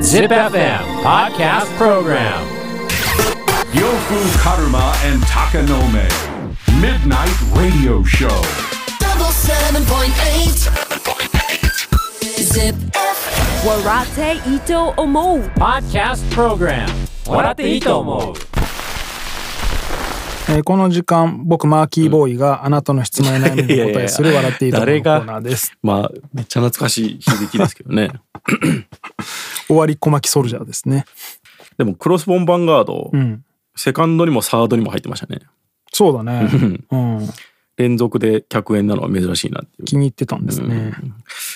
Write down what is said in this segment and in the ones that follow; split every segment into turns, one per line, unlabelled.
Zip FM Podcast Program
Yofu Karuma and Takanome. Midnight Radio Show.
double seven point eight. Zip.
Warate Ito Omo.
Podcast Program 笑っていいと思う
えーこの時間僕マーキーボーイがあなたの質問や悩みにお答えする 笑っていいと思うコ
誰が
ーナーです。
まあ、めっちゃ懐かしい響きですけどね。
終わり小牧ソルジャーですね。
でも、クロスボンバンガード、
うん。
セカンドにもサードにも入ってましたね。
そうだ ね。うん。
連続で100円なのは珍しいなっていう。
気に入ってたんですね。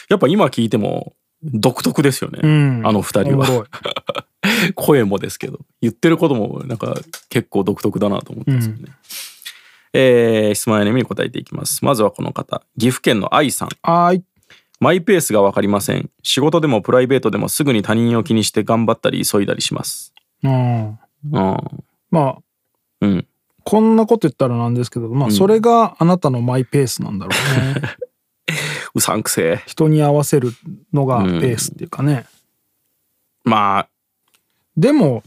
やっぱ今聞いても独特ですよね。
うん。
あの二人
おもろ。
はい 声もですけど、言ってることもなんか結構独特だなと思ったんですよね。えー質問や悩みに答えていきます。まずはこの方、岐阜県の愛さん。
はーい。
マイペースがわかりません。仕事でもプライベートでもすぐに他人を気にして頑張ったり急いだりします。
うん。
うん。
まあ、
うん。
こんなこと言ったらなんですけど、まあ、それがあなたのマイペースなんだろうね。
うさんくせえ。
人に合わせるのがペースっていうかね。
まあ、
でも、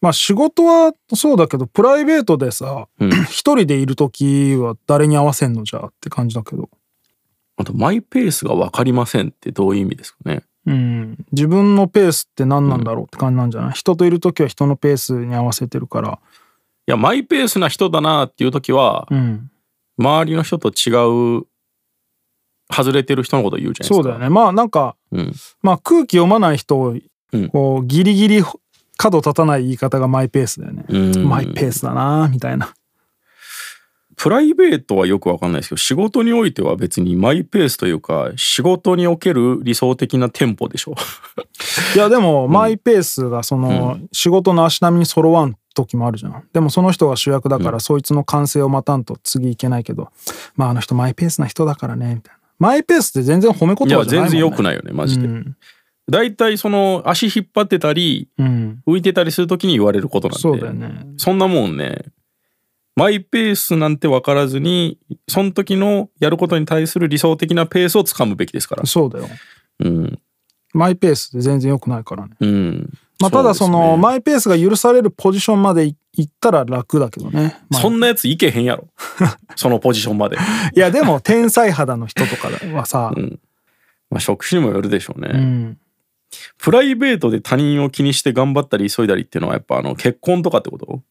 まあ仕事はそうだけど、プライベートでさ、一人でいるときは誰に合わせんのじゃあって感じだけど。
あと、マイペースがわかりませんってどういう意味ですかね。
うん、自分のペースって何なんだろうって感じなんじゃない、人といる時は人のペースに合わせてるから、
いや、マイペースな人だなっていう時は、
うん、
周りの人と違う、外れてる人のことを言うじゃないですか。
そうだよねまあなんか、
ん
まあ、空気読まない人を
うん
こうギリギリ角立たない言い方がマイペースだよね、
うん
マイペースだなみたいな
プライベートはよくわかんないですけど、仕事においては別にマイペースというか、仕事における理想的なテンポでしょ。
いやでもマイペースがその仕事の足並みに揃わん時もあるじゃんでもその人が主役だからそいつの完成を待たんと次いけないけど、まああの人マイペースな人だからねみたいなマイペースって全然褒め言葉
い
じゃない
や、
もんね
全然良くないよね、マジで。大体、その、足引っ張ってたり、
うん
浮いてたりする時に言われることなんで。
そうだよね。
そんなもんね、マイペースなんて分からずに、その時のやることに対する理想的なペースをつかむべきですから。
そうだよ。
うん。
マイペースで全然良くないからね。
うん。
まあ、ただそう
ですね
の、マイペースが許されるポジションまでい行ったら楽だけどね。まあ
そんなやついけへん やろ。そのポジションまで。
いや、でも、天才肌の人とかはさ、
まあ、職種にもよるでしょうね。
うん。
プライベートで他人を気にして頑張ったり急いだりっていうのはやっぱあの結婚とかってこと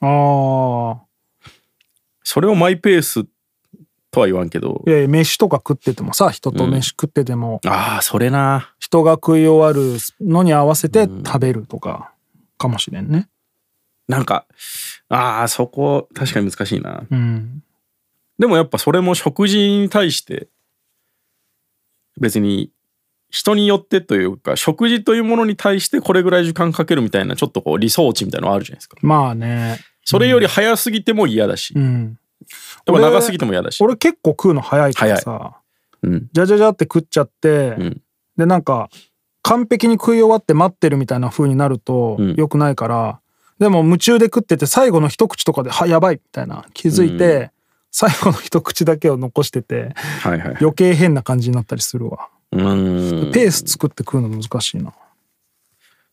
あ
それをマイペースとは言わんけど
あ。い。やいや、飯とか食っててもさ、人と飯食ってても、
ああ、それな。
人が食い終わるのに合わせて食べるとか、かもしれんね。
なんか、ああ、そこ確かに難しいな。
うん。
でもやっぱそれも食事に対して別に人によってというか食事というものに対してこれぐらい時間かけるみたいなちょっとこう理想値みたいなのあるじゃないですか
まあね。
それより早すぎても嫌だし、
うん。
でも長すぎても嫌だし
俺結構食うの早いからさ、
うん
じゃじゃじゃって食っちゃって、
うん
でなんか完璧に食い終わって待ってるみたいな風になると
うん
良くないから、でも夢中で食ってて最後の一口とかで「はやばい」みたいな気づいて、最後の一口だけを残してて
はいはい
余計変な感じになったりするわ
うーん
ペース作って食うの難しいな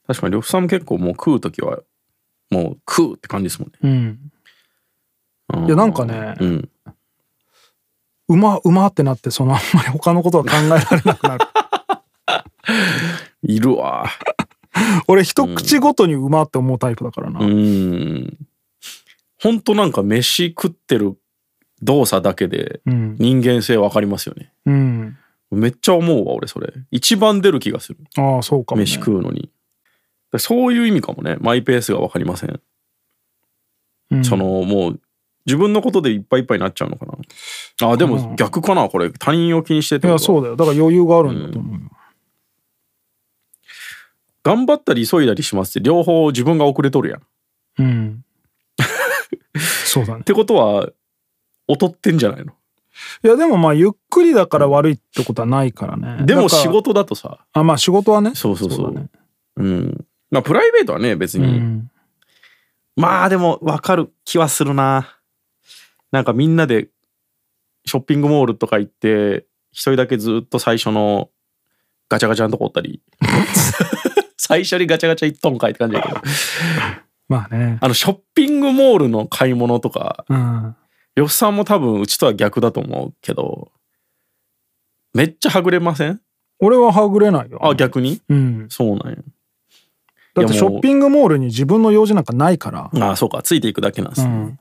確かに呂布さんも結構もう食う時はもう食うって感じですもんね
うん
あー
いやなんかね
うん
うまうまってなってそのあんまり 他のことは考えられなくな る
いるわ
俺一口ごとにうまって思うタイプだからな、
うーんほんとなんか飯食ってる動作だけで
うん
人間性わかりますよね
うん、
めっちゃ思うわ俺それ一番出る気がする
ああそうかも、ね、
飯食うのにだそういう意味かもねマイペースが分かりません、
うん
そのもう自分のことでいっぱいいっぱいになっちゃうのかなあでも逆かなこれ他人を気にしてって
いや
ことは
そうだよだから余裕があるんだと思うよ、
頑張ったり急いだりしますって両方自分が遅れとるやんっ
うん そうだね
てことは劣ってんじゃないの
いやでもまあゆっくりだから悪いってことはないからね
でも
だから
仕事だとさ
あまあ仕事はね
そうそうそう
だね
うんまあプライベートはね別
う
に、
ん、
まあでも分かる気はするな。なんかみんなでショッピングモールとか行って一人だけずっと最初のガチャガチャのとこおったり 最初にガチャガチャ一トンかいって感じだけど
まあね。
あのショッピングモールの買い物とか
うん。
呂布さんも多分うちとは逆だと思うけどめっちゃはぐれません
俺ははぐれないよ。
あ逆に
うん。
そうなんや
だってい
や
シ
も
ョ
う
ッピングモールに自分の用事なんかないから。
あそうかついていくだけなんです
う
ね、
ん。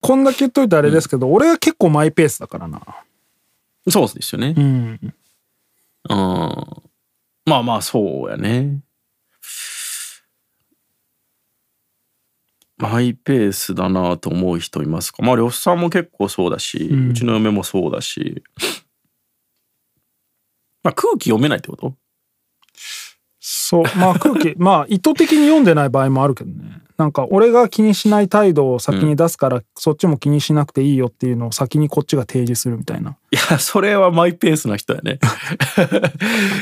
こんだけ言っといてあれですけど、俺は結構マイペースだからな。
そうですよね
うん。
うんまあまあそうやねマイペースだなと思う人いますかまあ呂布さんも結構そうだし、う
うん
ちの嫁もそうだしまあ空気読めないってこと
そう。まあ空気、 まあ意図的に読んでない場合もあるけどね。なんか俺が気にしない態度を先に出すから、そっちも気にしなくていいよっていうのを先にこっちが提示するみたいな。
いやそれはマイペースな人や ね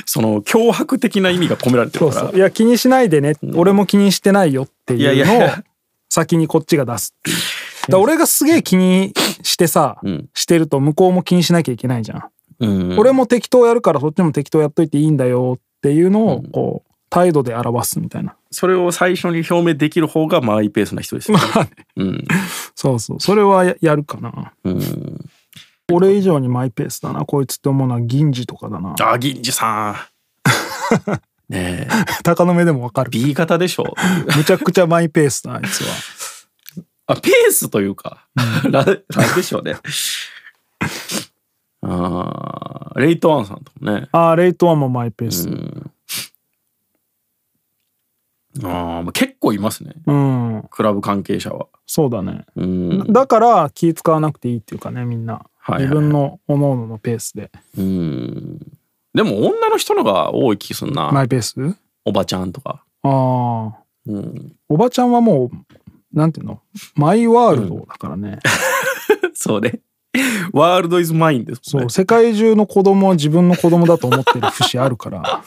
その脅迫的な意味が込められて
そ
る
う
から
そう。いや気にしないでね、俺も気にしてないよって
いやい
いうのを
や
先にこっちが出すっていう。だから俺がすげえ気にしてさ、
うん
してると向こうも気にしなきゃいけないじゃん。
うん
俺も適当やるからそっちも適当やっといていいんだよっていうのをこう態度で表すみたいな。
それを最初に表明できる方がマイペースな 人ですよね、うん
そうそう。それはややるかな。
うん
俺以上にマイペースだなこいつって思うのは銀次とかだな
あ、銀次さ ん。ねえ、
鷹の目でもわかる
B 型でしょ。
むちゃくちゃマイペースだあいつは
あ、ペースというか、ななんでしょうね。あーレイトワンさんともね。
ああレイトはもうマイペース
あー結構いますね。
うん、
クラブ関係者は。
そうだね
うん。
だから気使わなくていいっていうかねみんな、
いはい
自分のおのののペースで
うん。でも女の人のが多い気すんな。
マイペース
おばちゃんとか。
ああ
うん。
おばちゃんはもうなんていうのマイワールドだから ね、
そうね。ワールドイズマインですも
そ
ん
う
ね。
世界中の子供は自分の子供だと思ってる節あるから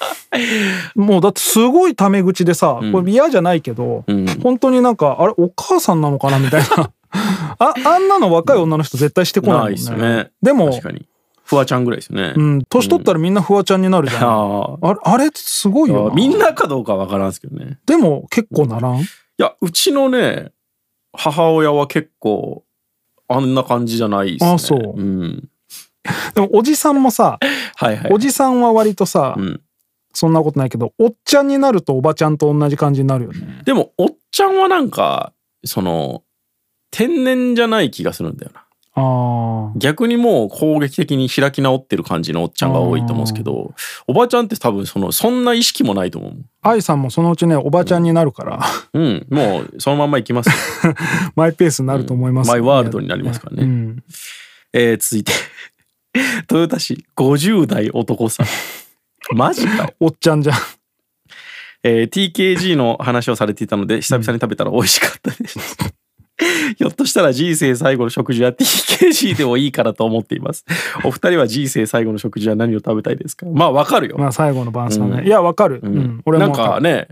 もうだってすごいタメ口でさ、これ嫌じゃないけど、
ん
本当になんかあれお母さんなのかなみたいな ああんなの若い女の人絶対してこないも
なんい
ね
ですね。
でも
確かに。フワちゃんぐらいですよね。
うん、年取ったらみんなフワちゃんになるじゃん、
あ
あれあれすごいよ
あ。
な
みんなかどうかわからんすけどね。
でも結構ならん、
いや、うちのね、母親は結構、あんな感じじゃないですね。
あそう
うん。
でもおじさんもさ
はいはい。
おじさんは割とさ、
うん
そんなことないけどおっちゃんになるとおばちゃんと同じ感じになるよね
でも、おっちゃんはなんか、その、天然じゃない気がするんだよな。
ああ
逆にもう攻撃的に開き直ってる感じのおっちゃんが多いと思うんですけど、おばちゃんって多分その、そんな意識もないと思う。
愛さんもそのうちねおばちゃんになるから、
うん、もうそのまんまいきま すよ。
マイペースになると思います、
うんマイワールドになりますからね
うん
えー、続いて、豊田市50代男さん。マジかよ。
おっちゃんじゃん
えー TKG の話をされていたので久々に食べたら美味しかったです。ひょっとしたら人生最後の食事は TKG でもいいからと思っています。お二人は人生最後の食事は何を食べたいですかまあわかるよ。
まあ最後の晩餐ね、
うん
いやわかる、
う
うんん俺も
なん
わかる
かね、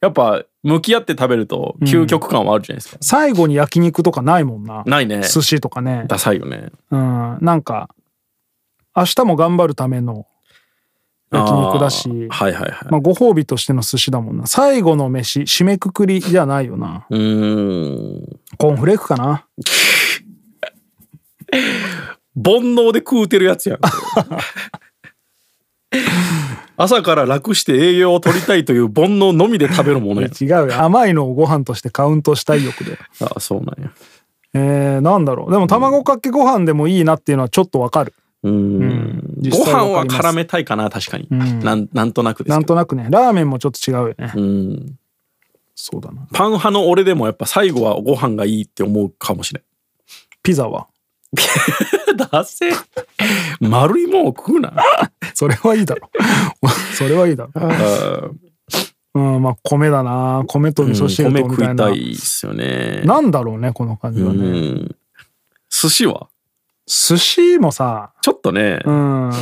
やっぱ向き合って食べると究極感はあるじゃないですか。
最後に焼肉とかないもんな。
ないね。
寿司とかね。
ダサいよね。
うん。なんか、明日も頑張るための焼肉だし
あ、ーはいはいはい。
まあご褒美としての寿司だもんな。最後の飯、締めくくりじゃないよな。
うーん。
コーンフレークかな。
煩悩で食うてるやつやん。朝から楽して栄養を取りたいという煩悩のみで食べるものやん。
違うよ。甘いのをご飯としてカウントしたい欲 で。
ああ、そうなんや。
えー、なんだろう。でも卵かけご飯でもいいなっていうのはちょっとわかる。
うーん。
実
ご
際
飯
わ
は
かります
絡めたいかな、確かに。なんなんとなくですけど。
なんとなくね。ラーメンもちょっと違うよね。
うん。
そうだな。
パン派の俺でもやっぱ最後はご飯がいいって思うかもしれん。
ピザは。
だせ。丸いもんを食うな。
それはいい だろ。それはいいだろ。
あ
うん、まあ米だな。米と味
ー
噌汁
米
とみ
食
たい
い
な。
たいっすよね。
なんだろうね、この感じ
う
はね。
ん。寿司は
寿司もさ、
ちょっとね、
うん、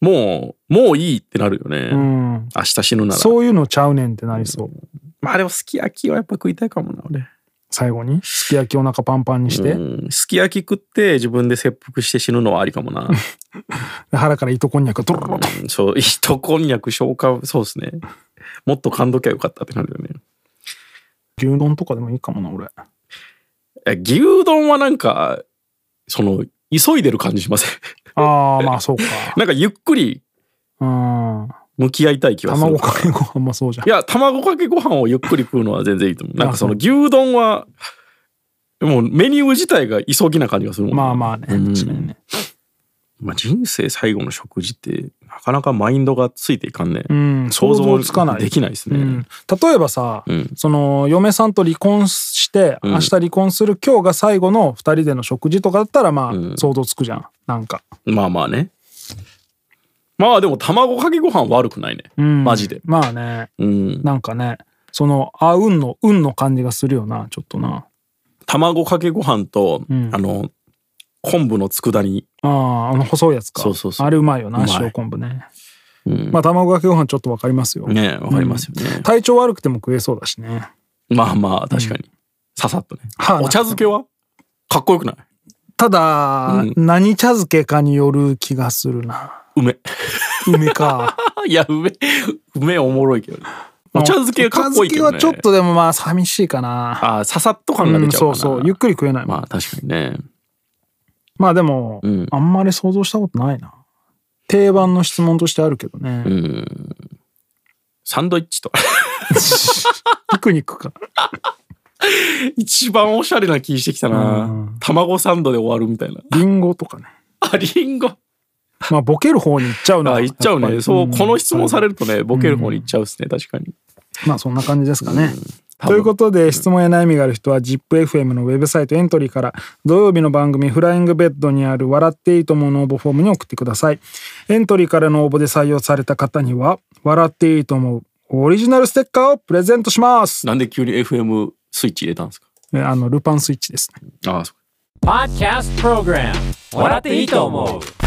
もう、もういいってなるよね。
うん。
明日死ぬなら。
そういうのちゃうねんってなりそう。
まあでもすき焼きはやっぱ食いたいかもな、俺。
最後にすき焼きお腹パンパンにして、
うんすき焼き食って自分で切腹して死ぬのはありか もな。
で腹から糸こんにゃくドロロロロ
うんそう、糸こんにゃく消化、そうですね。もっと感動きゃよかったって感じだよね。
牛丼とかでもいいかもな俺
え牛丼はなんか、その、急いでる感じしま せん
ああまあそうか
なんかゆっくり
うん
向き合いたい気がする。
卵かけご飯もそうじゃん
いや、卵かけご飯をゆっくり食うのは全然いいと思う。なんかその牛丼は、もうメニュー自体が急ぎな感じがするもん
まあまあね
うん
確かにね
まあ人生最後の食事って、なかなかマインドがついていかんね。
うん想像つかない
できないですね。
うん、例えばさ、
うん
その嫁さんと離婚して
ん
明日離婚する今日が最後の2人での食事とかだったらまあ
うん
想像つくじゃんなんか
まあまあね。まあでも卵かけご飯悪くないね。
うん
マジで。
まあね
うん。
なんかねそのあ運の運の感じがするよなちょっとな
卵かけご飯と、
ん
あの、昆布の佃煮。
あーあの細いやつか
そうそうそう
あれうまいよ
う
な
まい
塩昆布ね、
うん
まあ卵かけご飯ちょっとわかりますよ、
ねえわかりますよね。
体調悪くても食えそうだしね
まあまあ、確かに。ささっとね。
はあ
お茶漬けはかっこよくない
ただ、
うん
何茶漬けかによる気がするな
梅。
梅か
いや、梅、梅おもろいけどね。お茶漬けかっこいいけどね。
お茶漬けはちょっとでもまあ寂しいかな
ああ、ささっと感が出ちゃうかな、
うん、そうそうゆっくり食えないもん
まあ確かにね。
まあでも、
うん
あんまり想像したことないな定番の質問としてあるけどね、
うん。サンドイッチとか。
ピクニックか
一番おしゃれな気してきたな、
うん
卵サンドで終わるみたいな
リンゴとかね
あリンゴ
まあボケる方に行っちゃうな
あいっちゃう
やぱ
ね
り
そう、
ん
この質問されるとねボケる方にいっちゃうっすね確かに
まあそんな感じですかね、
多分
ということで質問や悩みがある人は ZIPFM のウェブサイトエントリーから土曜日の番組「フライングベッド」にある「笑っていいとも」の応募フォームに送ってくださいエントリーからの応募で採用された方には「笑っていいと思う」オリジナルステッカーをプレゼントします
なんで急に FM スイッチ入れたんですか
えあのルパンスイッチですね
ああそう
Podcast Program 笑っていいと思う